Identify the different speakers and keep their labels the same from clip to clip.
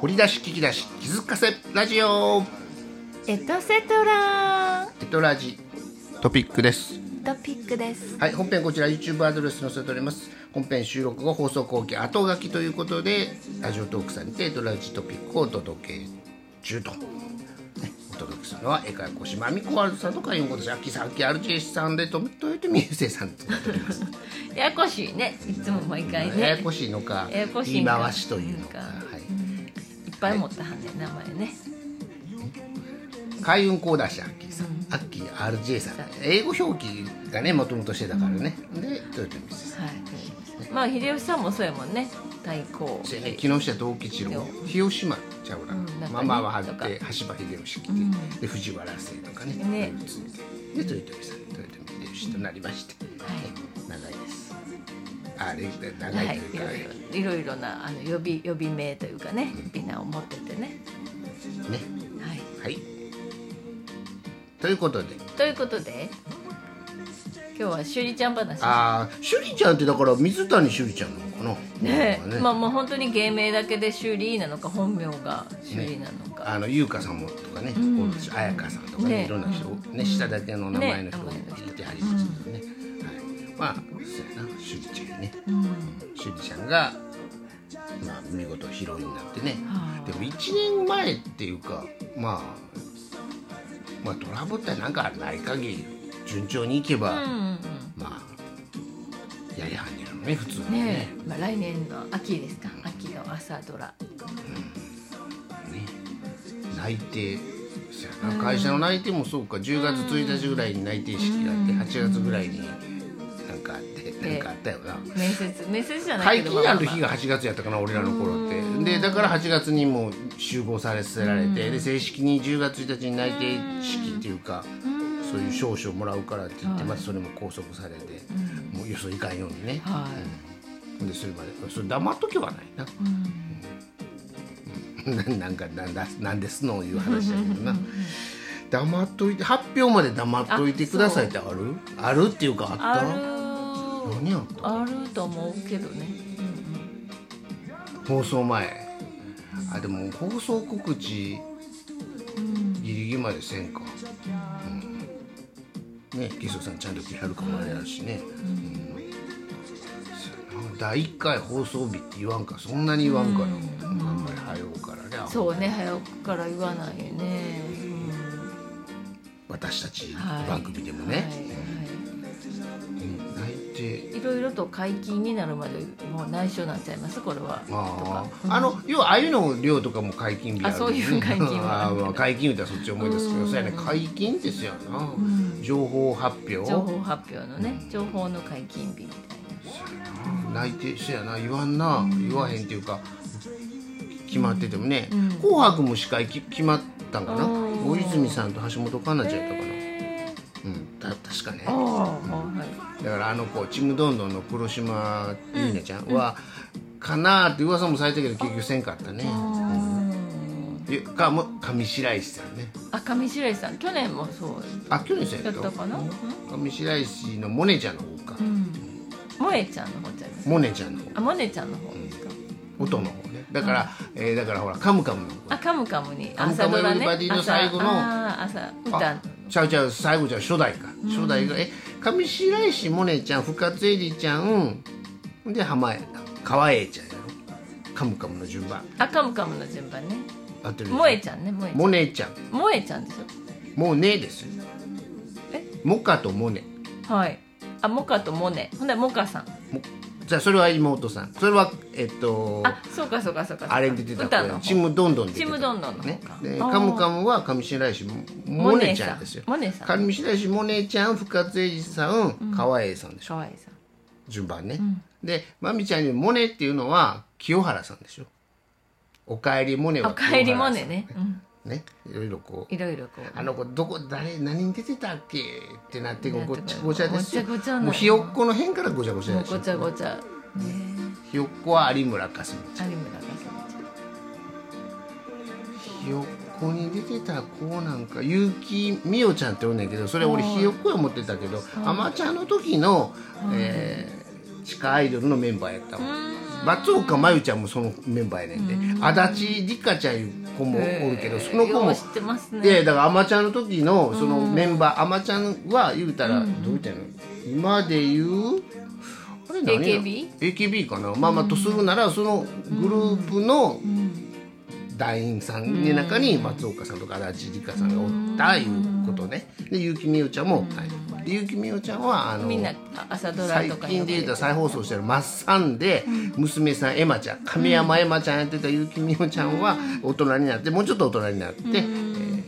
Speaker 1: 掘り出し聞き出し気づかせラジオ
Speaker 2: エトセトラ
Speaker 1: テトラジトピックです
Speaker 2: トピックです
Speaker 1: はい本編こちら YouTube アドレス載せております本編収録後放送後期後書きということでラジオトークさんにてトラジトピックをお届け中と、ね、お届けするのは絵描こしまみこわるさんとかいうことです秋さん秋 RJ さんでとめといてみゆせいさんとなっております
Speaker 2: ややこしいねいつも毎回ね
Speaker 1: ややこしいのか
Speaker 2: ややこし
Speaker 1: 言
Speaker 2: い
Speaker 1: い
Speaker 2: のか
Speaker 1: 回しというのか、
Speaker 2: うん
Speaker 1: はい、
Speaker 2: いっぱい持ったはんね名前ね
Speaker 1: 開運講談師アッキーさん、アッキー RJ さん英語表記がねもともとしてたからね、でトヨタミス
Speaker 2: はいまあ秀吉さんもそうやもんね太鼓
Speaker 1: それね木下藤吉郎広島ちゃうな、
Speaker 2: うんなんかね
Speaker 1: ママは張っ
Speaker 2: とか
Speaker 1: て橋場秀吉来て、で藤原生とかね
Speaker 2: ね
Speaker 1: でトヨタミさんトヨタミ秀吉となりまして、ね長いですあれ長
Speaker 2: はいい
Speaker 1: というか、ね
Speaker 2: いろいろいろいろなあの呼び呼び名というかね美名を持っててねはい
Speaker 1: はいということで
Speaker 2: ということで今日はしゅりちゃん話
Speaker 1: ああ趣里ちゃんってだから水谷趣里ちゃんなのかな
Speaker 2: ね
Speaker 1: なんか
Speaker 2: まあまあ本当に芸名だけで修理なのか本名が修理なのか、
Speaker 1: あの優香さんもとかね、こうです彩香さんとかね
Speaker 2: ね
Speaker 1: いろんな人、ね下だけの名前の人
Speaker 2: ね
Speaker 1: が
Speaker 2: 名前の人
Speaker 1: いてはりますけどね、はい、まあそうやな趣里ちゃんね趣里、ちゃんが、まあ、見事ヒロインになってね
Speaker 2: はあ
Speaker 1: でも1年前っていうかまあまあトラブったなんかない限り順調にいけば、
Speaker 2: うんうん
Speaker 1: まあやりはんねやろね普通
Speaker 2: うん
Speaker 1: にね
Speaker 2: ねまあ、来年の秋ですか秋の朝ドラ
Speaker 1: ね内定そやな会社の内定もそうか10月1日ぐらいに内定式があって8月ぐらいになんかあってなんかあったよな
Speaker 2: 面接面接じゃない
Speaker 1: 解
Speaker 2: けど
Speaker 1: 禁ある日
Speaker 2: まあ
Speaker 1: が8月やったかな俺らの頃ってでだから8月にもう集合されせられてで正式に10月1日に内定式っていうかそういう証書をもらうからって言ってまずそれも拘束されてもうよそいかんようにね
Speaker 2: まあはい、
Speaker 1: でそれまでそれ黙っとけはないなななんかなんだなんですのいう話だけどな黙っといて発表まで黙っといてくださいってあるあるっていうかあった
Speaker 2: ある
Speaker 1: 何やった
Speaker 2: あると思うけどね
Speaker 1: 放送前あでも放送告知ギリギリまでせんか、うん、ねゲストさんちゃんと来はるかもあれやしね、うんそうやな第1回放送日って言わんかそんなに言わんから、あんまり早うからね
Speaker 2: そうね早くから言わないよね、
Speaker 1: 私たち
Speaker 2: うんはい、
Speaker 1: 番組でも
Speaker 2: はい
Speaker 1: ね、
Speaker 2: は
Speaker 1: うん泣いて
Speaker 2: い、いろいろと解禁になるまでもう内緒になっちゃいますこれはと
Speaker 1: あ
Speaker 2: か
Speaker 1: ーあの要はああいうの量とかも解禁日ある
Speaker 2: あそういう解禁 は
Speaker 1: は解禁日はそっち思い出すけどそうやね解禁ですよな情報発表
Speaker 2: 情報発表のね情報の解禁日みたい
Speaker 1: 泣いてそうやな言わんな言わへんっていうか決まっててもね「紅白」も司会き決まったんかな
Speaker 2: うん
Speaker 1: 大泉さんと橋本環奈
Speaker 2: な
Speaker 1: ちゃんやったかな
Speaker 2: へ
Speaker 1: うんた確かね
Speaker 2: ーあーはい
Speaker 1: だからあの子ちむどんどんの黒島ゆいなちゃんは、かなーって噂もされたけど結局せんかったね、でかも上白石さんね
Speaker 2: あ上白石さん去年もそう
Speaker 1: あ去年さんや
Speaker 2: や
Speaker 1: っ
Speaker 2: ったたかな、うん
Speaker 1: 上白石のモネちゃんの方か、
Speaker 2: 萌えちゃんの方ちゃいます
Speaker 1: モネちゃんの方
Speaker 2: あ萌えちゃんの方ですか、
Speaker 1: 音の方ねだから、えーだからほらカムカムの
Speaker 2: あ
Speaker 1: 方
Speaker 2: カムカムに
Speaker 1: カムカム
Speaker 2: 朝ドラ
Speaker 1: エ
Speaker 2: ね
Speaker 1: ヴリバディの最後の
Speaker 2: 朝あー朝
Speaker 1: あちゃうちゃう最後じゃう初代か初代がえ上白石モネちゃん深津絵里ちゃんで浜江川栄ちゃんやろカムカムの順番
Speaker 2: 歌あカムカムの順番ね
Speaker 1: 合ってる
Speaker 2: 萌えちゃんね萌えちゃん
Speaker 1: モネちゃん
Speaker 2: 萌えちゃんでし
Speaker 1: もうねですよ
Speaker 2: え
Speaker 1: モカとモネ
Speaker 2: ょはいあモカとモネほんでモカさん
Speaker 1: もじゃあそれは妹さんそれはえっと
Speaker 2: あそうかそうかそうかそうか
Speaker 1: あれに出てた子
Speaker 2: 歌の
Speaker 1: や
Speaker 2: 方
Speaker 1: ちむどんどんで出て
Speaker 2: ち
Speaker 1: た
Speaker 2: むどんどんの方
Speaker 1: ね
Speaker 2: か
Speaker 1: で
Speaker 2: あー
Speaker 1: カムカムは上白石もモネちゃんですよ
Speaker 2: モネさんモネさん
Speaker 1: 上白石モネちゃん深津絵里さん川栄さんでしょ
Speaker 2: かわいさん
Speaker 1: 順番ねでまみちゃんにモネっていうのは清原さんでしょおかえりモネ
Speaker 2: あ
Speaker 1: は
Speaker 2: おかえりモ
Speaker 1: 清原
Speaker 2: ネ
Speaker 1: さん
Speaker 2: ね、うん、
Speaker 1: ねいろいろこう
Speaker 2: いろいろこう
Speaker 1: あの子どこ誰何に出てたっけってなってごっちゃごちゃですよ
Speaker 2: ごちゃごちゃなの
Speaker 1: もうひよっこの辺からごちゃごちゃ
Speaker 2: もう
Speaker 1: でし
Speaker 2: ご
Speaker 1: ょ
Speaker 2: ちゃごちゃね
Speaker 1: ひよっこは有村架純ちゃん
Speaker 2: アニメだからさ
Speaker 1: ひよっこに出てた子なんか結城美桜ちゃんっておんねんけどそれ俺ひよっこや思ってたけどアマチュアの時の、えー地下アイドルのメンバーやったわ松岡真由ちゃんもそのメンバーやねんで、足立梨花ちゃんいう子もおるけど、その子
Speaker 2: よ
Speaker 1: も
Speaker 2: う知ってます
Speaker 1: いやいや
Speaker 2: ね
Speaker 1: だからアマちゃんの時のそのメンバー、アマちゃんは言うたら、どう言ったの今で言うあれ何や
Speaker 2: AKB
Speaker 1: AKB かなまあまあとするならそのグループの団員さんの中に松岡さんとか足立梨花さんがおったいうことねで結城美桜ちゃんもおったんよで結城美桜ちゃんはあの
Speaker 2: みんなあ朝ドラ
Speaker 1: 最
Speaker 2: とかに
Speaker 1: 近で言うと再放送してるマッサンで娘さんエマちゃん亀山エマちゃんやってた結城美桜ちゃんは大人になってもうちょっと大人になって、えー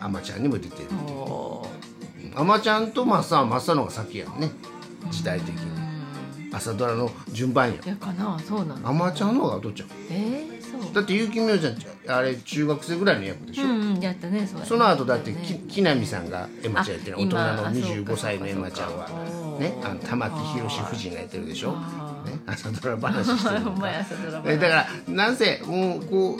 Speaker 1: アマちゃんにも出てる
Speaker 2: おー
Speaker 1: アマちゃんとマッサンはマッサンの方が先やんね時代的に朝ドラの順番や
Speaker 2: いやかなそうなの
Speaker 1: アマちゃんの方がどっちゃう
Speaker 2: えー、そう
Speaker 1: だって結城美桜ちゃんあれ中学生ぐらいの役でしょ、
Speaker 2: うんうんやったねそうやね
Speaker 1: その後だって
Speaker 2: ね
Speaker 1: き木南さんがエマちゃんやってる
Speaker 2: あ
Speaker 1: 大人
Speaker 2: 今
Speaker 1: の
Speaker 2: あそうか
Speaker 1: 25歳のエマちゃんは
Speaker 2: そうか
Speaker 1: ねあの玉木宏夫人がやってるでしょ、ね
Speaker 2: あ、
Speaker 1: 朝ドラ話してる
Speaker 2: ほ
Speaker 1: の
Speaker 2: んま
Speaker 1: か
Speaker 2: や朝ドラ
Speaker 1: えだからなんせもうこう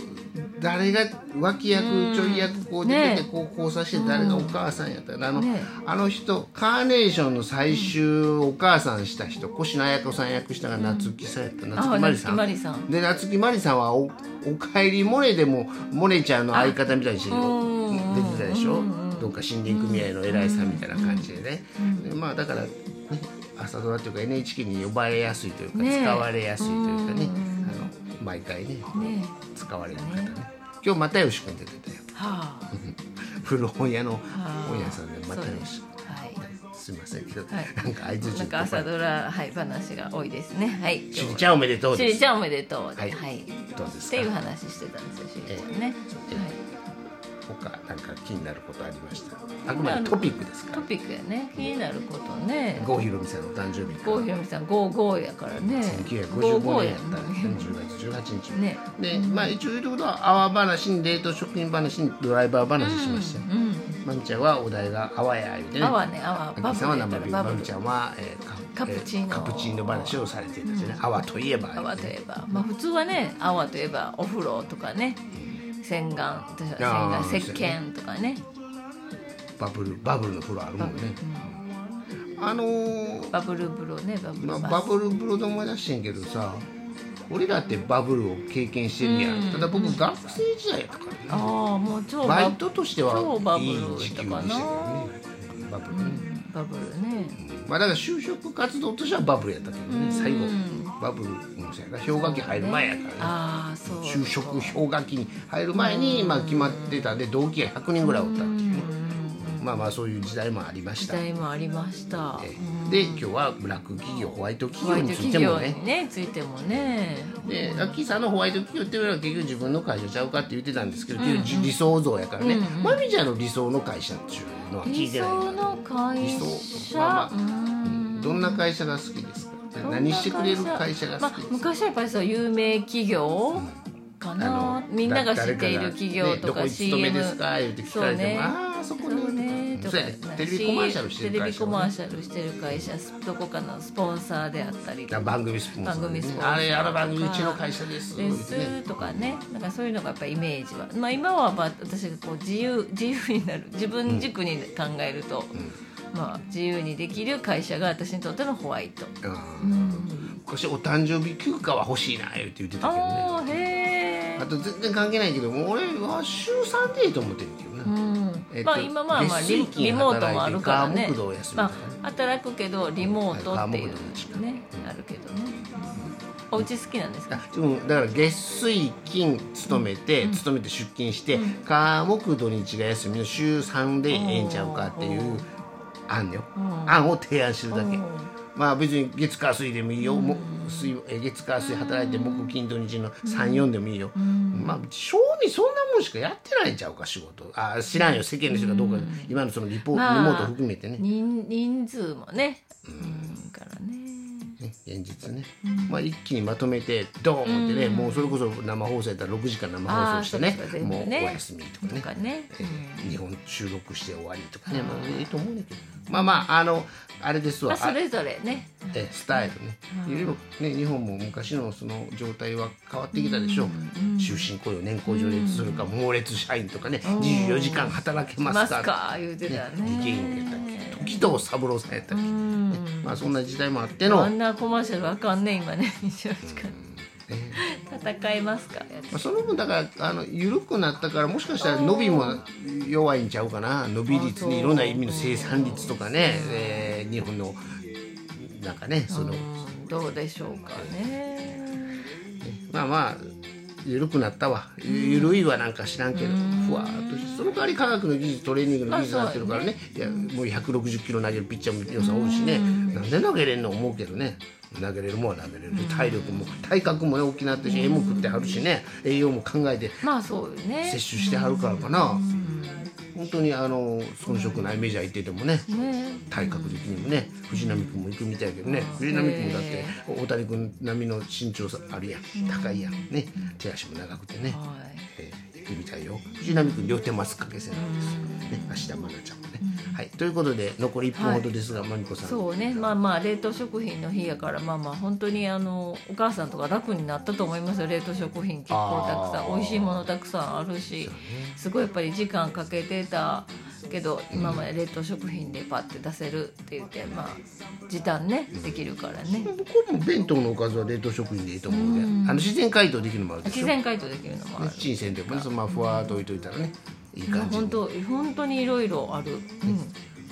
Speaker 1: 誰が脇役ちょい役こう出てて
Speaker 2: ね
Speaker 1: こう交差して誰がお母さんやったらあの,、
Speaker 2: ね
Speaker 1: あの人カーネーションの最終お母さんした人越野彩子さん役したが夏木さんやった夏木マリさ
Speaker 2: あ夏木
Speaker 1: ん
Speaker 2: マリさん
Speaker 1: で夏木マリさんはお「おかえりモネ」でもモネちゃんの相方みたいにして出
Speaker 2: うんうんうん
Speaker 1: てたでしょどっか森林組合の偉いさんみたいな感じでねでまあだからね朝ドラというか NHK に呼ばれやすいというか
Speaker 2: ねえ
Speaker 1: 使われやすいというかね
Speaker 2: うん
Speaker 1: あの毎回ね
Speaker 2: ね
Speaker 1: 使われる方ね今日又吉君出てたよ
Speaker 2: はあ
Speaker 1: 古本屋の
Speaker 2: あー
Speaker 1: 本屋さんで又
Speaker 2: そう
Speaker 1: 吉
Speaker 2: すはい
Speaker 1: すいませんけど、
Speaker 2: はい
Speaker 1: なんかあいつ
Speaker 2: なんか朝ドラはい話が多いですねはい
Speaker 1: しりちゃんおめでとう
Speaker 2: し
Speaker 1: で
Speaker 2: り
Speaker 1: す
Speaker 2: ちゃんおめでとう
Speaker 1: はい
Speaker 2: はいっ
Speaker 1: どうです
Speaker 2: ていう
Speaker 1: か
Speaker 2: 話してたんですよしりちゃんね
Speaker 1: ええ
Speaker 2: はい
Speaker 1: 他なんか気になることありましたあくまでトピックですか
Speaker 2: ト
Speaker 1: ら
Speaker 2: ピックやね気になることね
Speaker 1: 郷ひろみさんのお誕生日
Speaker 2: 郷ひろみさん55やからね
Speaker 1: 1955年やったら
Speaker 2: 55やね
Speaker 1: 10月18日
Speaker 2: ね
Speaker 1: でまあ一応言うとことは泡話に冷凍食品話にドライバー話しましたよ、
Speaker 2: うん
Speaker 1: まんちゃんはお題が泡や言うてね
Speaker 2: 泡ね泡
Speaker 1: あきさんは生ビール
Speaker 2: バ
Speaker 1: ま
Speaker 2: ブ
Speaker 1: み
Speaker 2: ル
Speaker 1: ちゃんは、えー
Speaker 2: カプチーノ
Speaker 1: えーカプチーノ話をされていたしね、泡といえば
Speaker 2: 泡といえば、まあ、普通はね泡といえばお風呂とかね洗顔私は洗
Speaker 1: あ
Speaker 2: 顔
Speaker 1: ー
Speaker 2: 石鹸とかね
Speaker 1: バブルバブルの風呂あるもんね、あのー
Speaker 2: バブル風呂ねバブル
Speaker 1: まあ、
Speaker 2: バ
Speaker 1: バ
Speaker 2: ス
Speaker 1: ブル風呂で思い出してんけどさ俺らってバブルを経験してるやん、ただ僕学生時代やったからね
Speaker 2: ああもう超
Speaker 1: バ
Speaker 2: バ
Speaker 1: イトとしては
Speaker 2: 超バブ
Speaker 1: い
Speaker 2: ル
Speaker 1: い
Speaker 2: だ
Speaker 1: 時給でしたけ
Speaker 2: か
Speaker 1: ど
Speaker 2: な
Speaker 1: ねバブルね、
Speaker 2: バブルね
Speaker 1: まあだから就職活動としてはバブルやったけどね最後バブルうんそうやな氷河期入る前やからね
Speaker 2: ああそう
Speaker 1: 就職氷河期に入る前にまあ決まってたんで同期が100人ぐらいおったっていうねまあまあそういう時代もありまし
Speaker 2: 時
Speaker 1: た
Speaker 2: 代もありました
Speaker 1: ええで今日はブラック企業ホワイト
Speaker 2: ホ
Speaker 1: 企
Speaker 2: ワ
Speaker 1: 業
Speaker 2: イト
Speaker 1: につい
Speaker 2: 企
Speaker 1: ても
Speaker 2: 業
Speaker 1: ね
Speaker 2: にねついてもね
Speaker 1: でアッキーさんのホワイト企業っていうのは結局自分の会社ちゃうかって言ってたんですけど、結局理想像やからね、まみちゃんの理想の会社っていうのは聞
Speaker 2: 理
Speaker 1: いてないから
Speaker 2: 想の会社
Speaker 1: 理想まあまあ
Speaker 2: うん
Speaker 1: どんな会社が好きですか
Speaker 2: どんな
Speaker 1: 何してくれる会社が好きですか、
Speaker 2: まあ、昔はやっぱりそう有名企業か
Speaker 1: あ
Speaker 2: な
Speaker 1: の
Speaker 2: みんなが知
Speaker 1: だ
Speaker 2: っている企業と
Speaker 1: 誰かがねど
Speaker 2: か
Speaker 1: こに勤め
Speaker 2: CM
Speaker 1: ですか言って聞かれても、
Speaker 2: そうね
Speaker 1: ああそこ
Speaker 2: そ
Speaker 1: ね
Speaker 2: うねと
Speaker 1: そうや
Speaker 2: か
Speaker 1: ねテレビコマーシャルしてる
Speaker 2: テレ
Speaker 1: 会
Speaker 2: ビ
Speaker 1: 社
Speaker 2: コマ
Speaker 1: も
Speaker 2: ー
Speaker 1: ね
Speaker 2: シャルしてる会社スどこかのスポンサーであったりとか
Speaker 1: 番組スポンサー,、ね、
Speaker 2: 番組スポンサー
Speaker 1: あれあの番組うちの会社です
Speaker 2: で
Speaker 1: 言って
Speaker 2: すとかねなんかそういうのがやっぱイメージは、まあ、今はまあ私がこう自由 自由になる自分軸に考えると、まあ、自由にできる会社が私にとってのホワイト。
Speaker 1: うん昔お誕生日休暇は欲しいな言って言ってたけどね
Speaker 2: あーへ
Speaker 1: あ
Speaker 2: ー
Speaker 1: と全然関係ないけどもう俺は週3でいいと思ってるけどね、
Speaker 2: うん
Speaker 1: えっと
Speaker 2: まあ今まあまあ
Speaker 1: 月
Speaker 2: リ
Speaker 1: 水金
Speaker 2: リモートもあるから
Speaker 1: 働い
Speaker 2: ね
Speaker 1: て川木道を休む
Speaker 2: ま
Speaker 1: とかね
Speaker 2: あ、働くけどリモートっていう
Speaker 1: 川木道の時間
Speaker 2: ねあるけどねお家好きなんですか
Speaker 1: あでもだから月水金勤めて、勤めて出勤して、火木土日が休みの週3でええんちゃうかっていう案よ、案を提案してるだけ、まあ別に月火水でもいいよ、も水え月火水働いて木金土日の34でもいいよ、まあ正味そんなもんしかやってないんちゃうか仕事あ知らんよ世間の人がどうか、今のそのリポ、
Speaker 2: まあ
Speaker 1: リモート含めてね
Speaker 2: 人人数もねうんからね
Speaker 1: ね現実ね、まあ、一気にまとめてドーンってね、もうそれこそ生放送やったら6時間生放送して
Speaker 2: あー
Speaker 1: ね
Speaker 2: そうかそうか
Speaker 1: もう
Speaker 2: 全
Speaker 1: お
Speaker 2: 部ね
Speaker 1: 休みとか
Speaker 2: と
Speaker 1: ね
Speaker 2: かね
Speaker 1: 日本収録して終わりとかねまあいいと思うねんけどまあまああのあれです
Speaker 2: ま
Speaker 1: わ
Speaker 2: あそれぞれね
Speaker 1: あえスタイルねいろいろね日本も昔のその状態は変わってきたでしょう終身雇用年功序列するか猛烈社員とかね24時間働けます
Speaker 2: ます
Speaker 1: か
Speaker 2: か言うてた
Speaker 1: 理系
Speaker 2: ね
Speaker 1: 院だっけと義堂三郎さんやった
Speaker 2: う
Speaker 1: り、
Speaker 2: ん
Speaker 1: まあそんな時代もあっての、
Speaker 2: あんなコマーシャルあかんね今ね西尾市から
Speaker 1: ね
Speaker 2: 戦いますか
Speaker 1: まあ、その分だからあの緩くなったからもしかしたら伸びも弱いんちゃうかな伸び率にいろんな意味の生産率とかね、えー日本のなんかねその、
Speaker 2: うんどうでしょうかね
Speaker 1: まあまあ緩くなったわゆ緩いはなんか知らんけどふわーっとしてその代わり科学の技術トレーニングの技術になってるからね,、いやもう160キロ投げるピッチャーも予算多いしねなんで投げれんの思うけどね投げれるもんは投げれる体力も体格もね大きなってるし絵も食ってはるしね栄養も考えて
Speaker 2: まあそうよね
Speaker 1: 摂取してはるからかな本当にあの遜色ないメジャー行っててもね
Speaker 2: ね
Speaker 1: 体格的にもね藤浪君も行くみたいやけどね藤浪君だって大谷君並みの身長さあるやん高いやんね手足も長くてね、
Speaker 2: はい
Speaker 1: えー、行くみたいよ藤浪君両手マスクかけせなんですよね芦田愛菜ちゃんもね、はいということで残り1分ほどですが、まにこさん
Speaker 2: そうねまあまあ冷凍食品の日やからまあまあ本当にあのお母さんとか楽になったと思いますよ冷凍食品結構たく
Speaker 1: あ
Speaker 2: さん
Speaker 1: ー
Speaker 2: 美味しいものたくさんあるしすごいやっぱり時間かけてたけど今まで冷凍食品でパッて出せるって言ってまあ時短ねできるからね
Speaker 1: 僕も弁当のおかずは冷凍食品でいいと思うんで、あの自然解凍できるのもあるでし
Speaker 2: 自
Speaker 1: ょ
Speaker 2: 然解凍できるのもある
Speaker 1: ねチンせんでもねそのままふわーっと置いといたらねいい感じに
Speaker 2: 本当本当にいろいろある、うん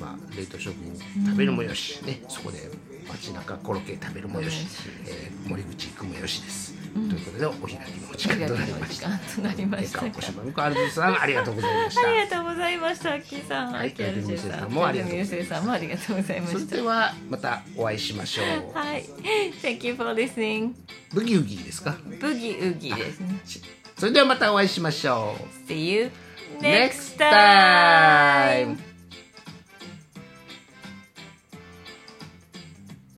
Speaker 1: まあ、冷凍食品食べるもよし、ね、そこで街中コロッケ食べるもよし、えー森口行くもよしです、ということでお開きのお時間となりまし
Speaker 2: 時
Speaker 1: た。
Speaker 2: 間となりま
Speaker 1: え
Speaker 2: した
Speaker 1: か
Speaker 2: が
Speaker 1: おしまみこアルビさんありがとうございまし
Speaker 2: あり
Speaker 1: た。
Speaker 2: がとうございました、アッキーさん、
Speaker 1: はい
Speaker 2: アッキーアルシェさ
Speaker 1: アル
Speaker 2: ん、
Speaker 1: ミユーセイさんもありがとう
Speaker 2: アルミユーセイさんもありがとうございま
Speaker 1: それ
Speaker 2: し
Speaker 1: ではまたお会いしましょ
Speaker 2: た。はい、Thank you for listening.
Speaker 1: う。ブギウギですか。
Speaker 2: ブギウギですね。
Speaker 1: しそれではまたお会いしましょう。
Speaker 2: See you
Speaker 1: Next
Speaker 2: next
Speaker 1: time.
Speaker 2: time.